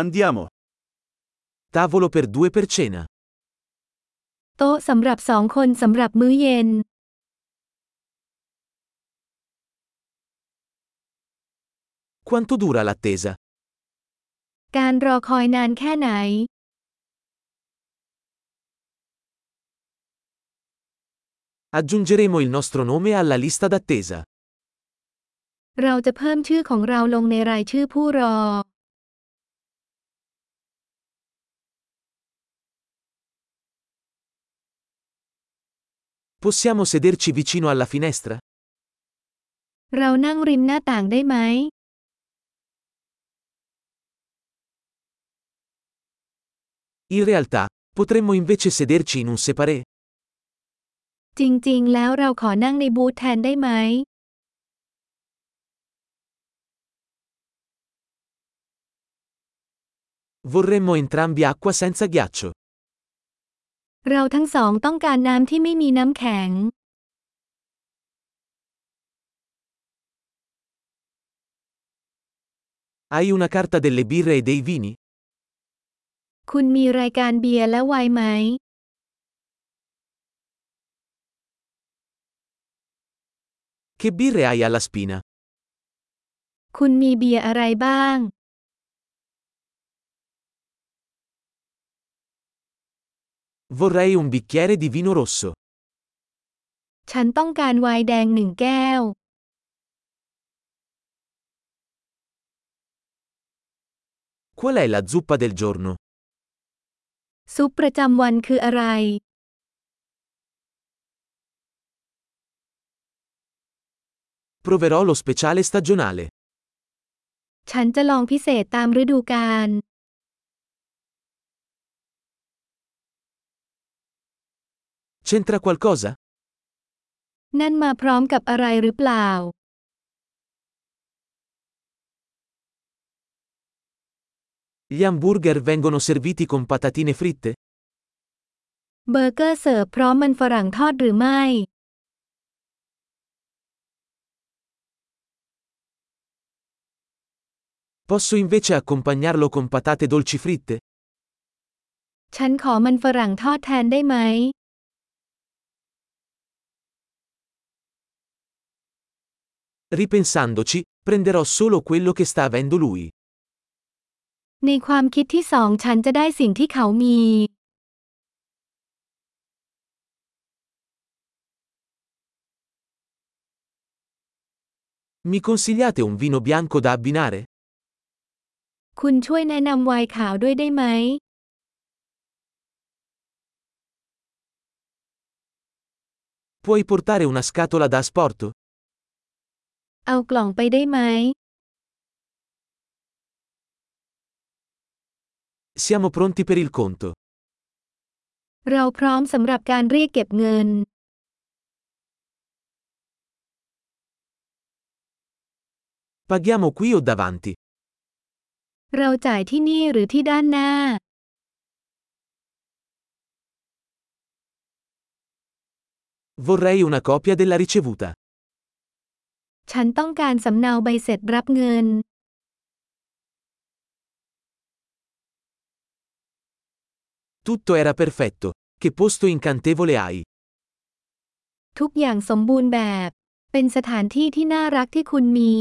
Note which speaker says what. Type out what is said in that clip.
Speaker 1: Andiamo. Tavolo per due per cena.
Speaker 2: โต๊ะสำหรับสองคนสำหรับมื้อเย็น
Speaker 1: Quanto dura l'attesa?
Speaker 2: การรอคอยนานแค่ไหน
Speaker 1: Aggiungeremo il nostro nome alla lista d'attesa.
Speaker 2: เราจะเพิ่มชื่อของเราลงในรายชื่อผู้รอ
Speaker 1: Possiamo sederci vicino alla finestra?
Speaker 2: เรานั่งริมหน้าต่างได้ไหม
Speaker 1: In realtà, potremmo invece sederci in un separé.
Speaker 2: จริงๆ แล้วเราขอนั่งในบูธแทนได้ไหม
Speaker 1: Vorremmo entrambi acqua senza ghiaccio.
Speaker 2: เราทั้งสองต้องการน้ำที่ไม่มีน้ำแข็ง
Speaker 1: Hai una carta delle birre e dei vini?
Speaker 2: คุณมีรายการเบียร์และไวน์ไหม
Speaker 1: Che birre hai alla spina?
Speaker 2: คุณมีเบียร์อะไรบ้าง
Speaker 1: Vorrei un bicchiere di vino rosso.
Speaker 2: ฉันต้องการไวน์แดงหนึ่งแก้ว
Speaker 1: Qual è la zuppa del giorno?
Speaker 2: ซุปประจำวันคืออะไร
Speaker 1: Proverò lo speciale stagionale.
Speaker 2: ฉันจะลองพิเศษตามฤดูกาล
Speaker 1: C'entra qualcosa?
Speaker 2: นั่นมาพร้อมกับอะไรหรือเปล่า
Speaker 1: Gli hamburger vengono serviti con patatine fritte?
Speaker 2: เบอร์เกอร์เสิร์ฟพร้อมมันฝรั่งทอดหรือไม่
Speaker 1: Posso invece accompagnarlo con patate dolci fritte?
Speaker 2: ฉันขอมันฝรั่งทอดแทนได้ไหม
Speaker 1: Ripensandoci, prenderò solo quello che sta avendo lui.
Speaker 2: ในความคิดที่สองฉันจะได้สิ่งที่เขามี
Speaker 1: Mi consigliate un vino bianco da abbinare?
Speaker 2: คุณช่วยแนะนำไวน์ขาวด้วยได้ไหม
Speaker 1: Puoi portare una scatola da asporto?
Speaker 2: เอากล่องไปได้ไหม
Speaker 1: Siamo pronti per il conto.
Speaker 2: เราพร้อมสำหรับการเรียกเก็บเงิน
Speaker 1: Paghiamo qui o davanti?
Speaker 2: เราจ่ายที่นี่หรือที่ด้านหน้า
Speaker 1: Vorrei una copia della ricevuta.
Speaker 2: ฉันต้องการสำเนาใบเสร็จรับเงิน
Speaker 1: Tutto era perfetto. Che posto incantevole hai?
Speaker 2: ทุกอย่างสมบูรณ์แบบ เป็นสถานที่ที่น่ารักที่คุณมี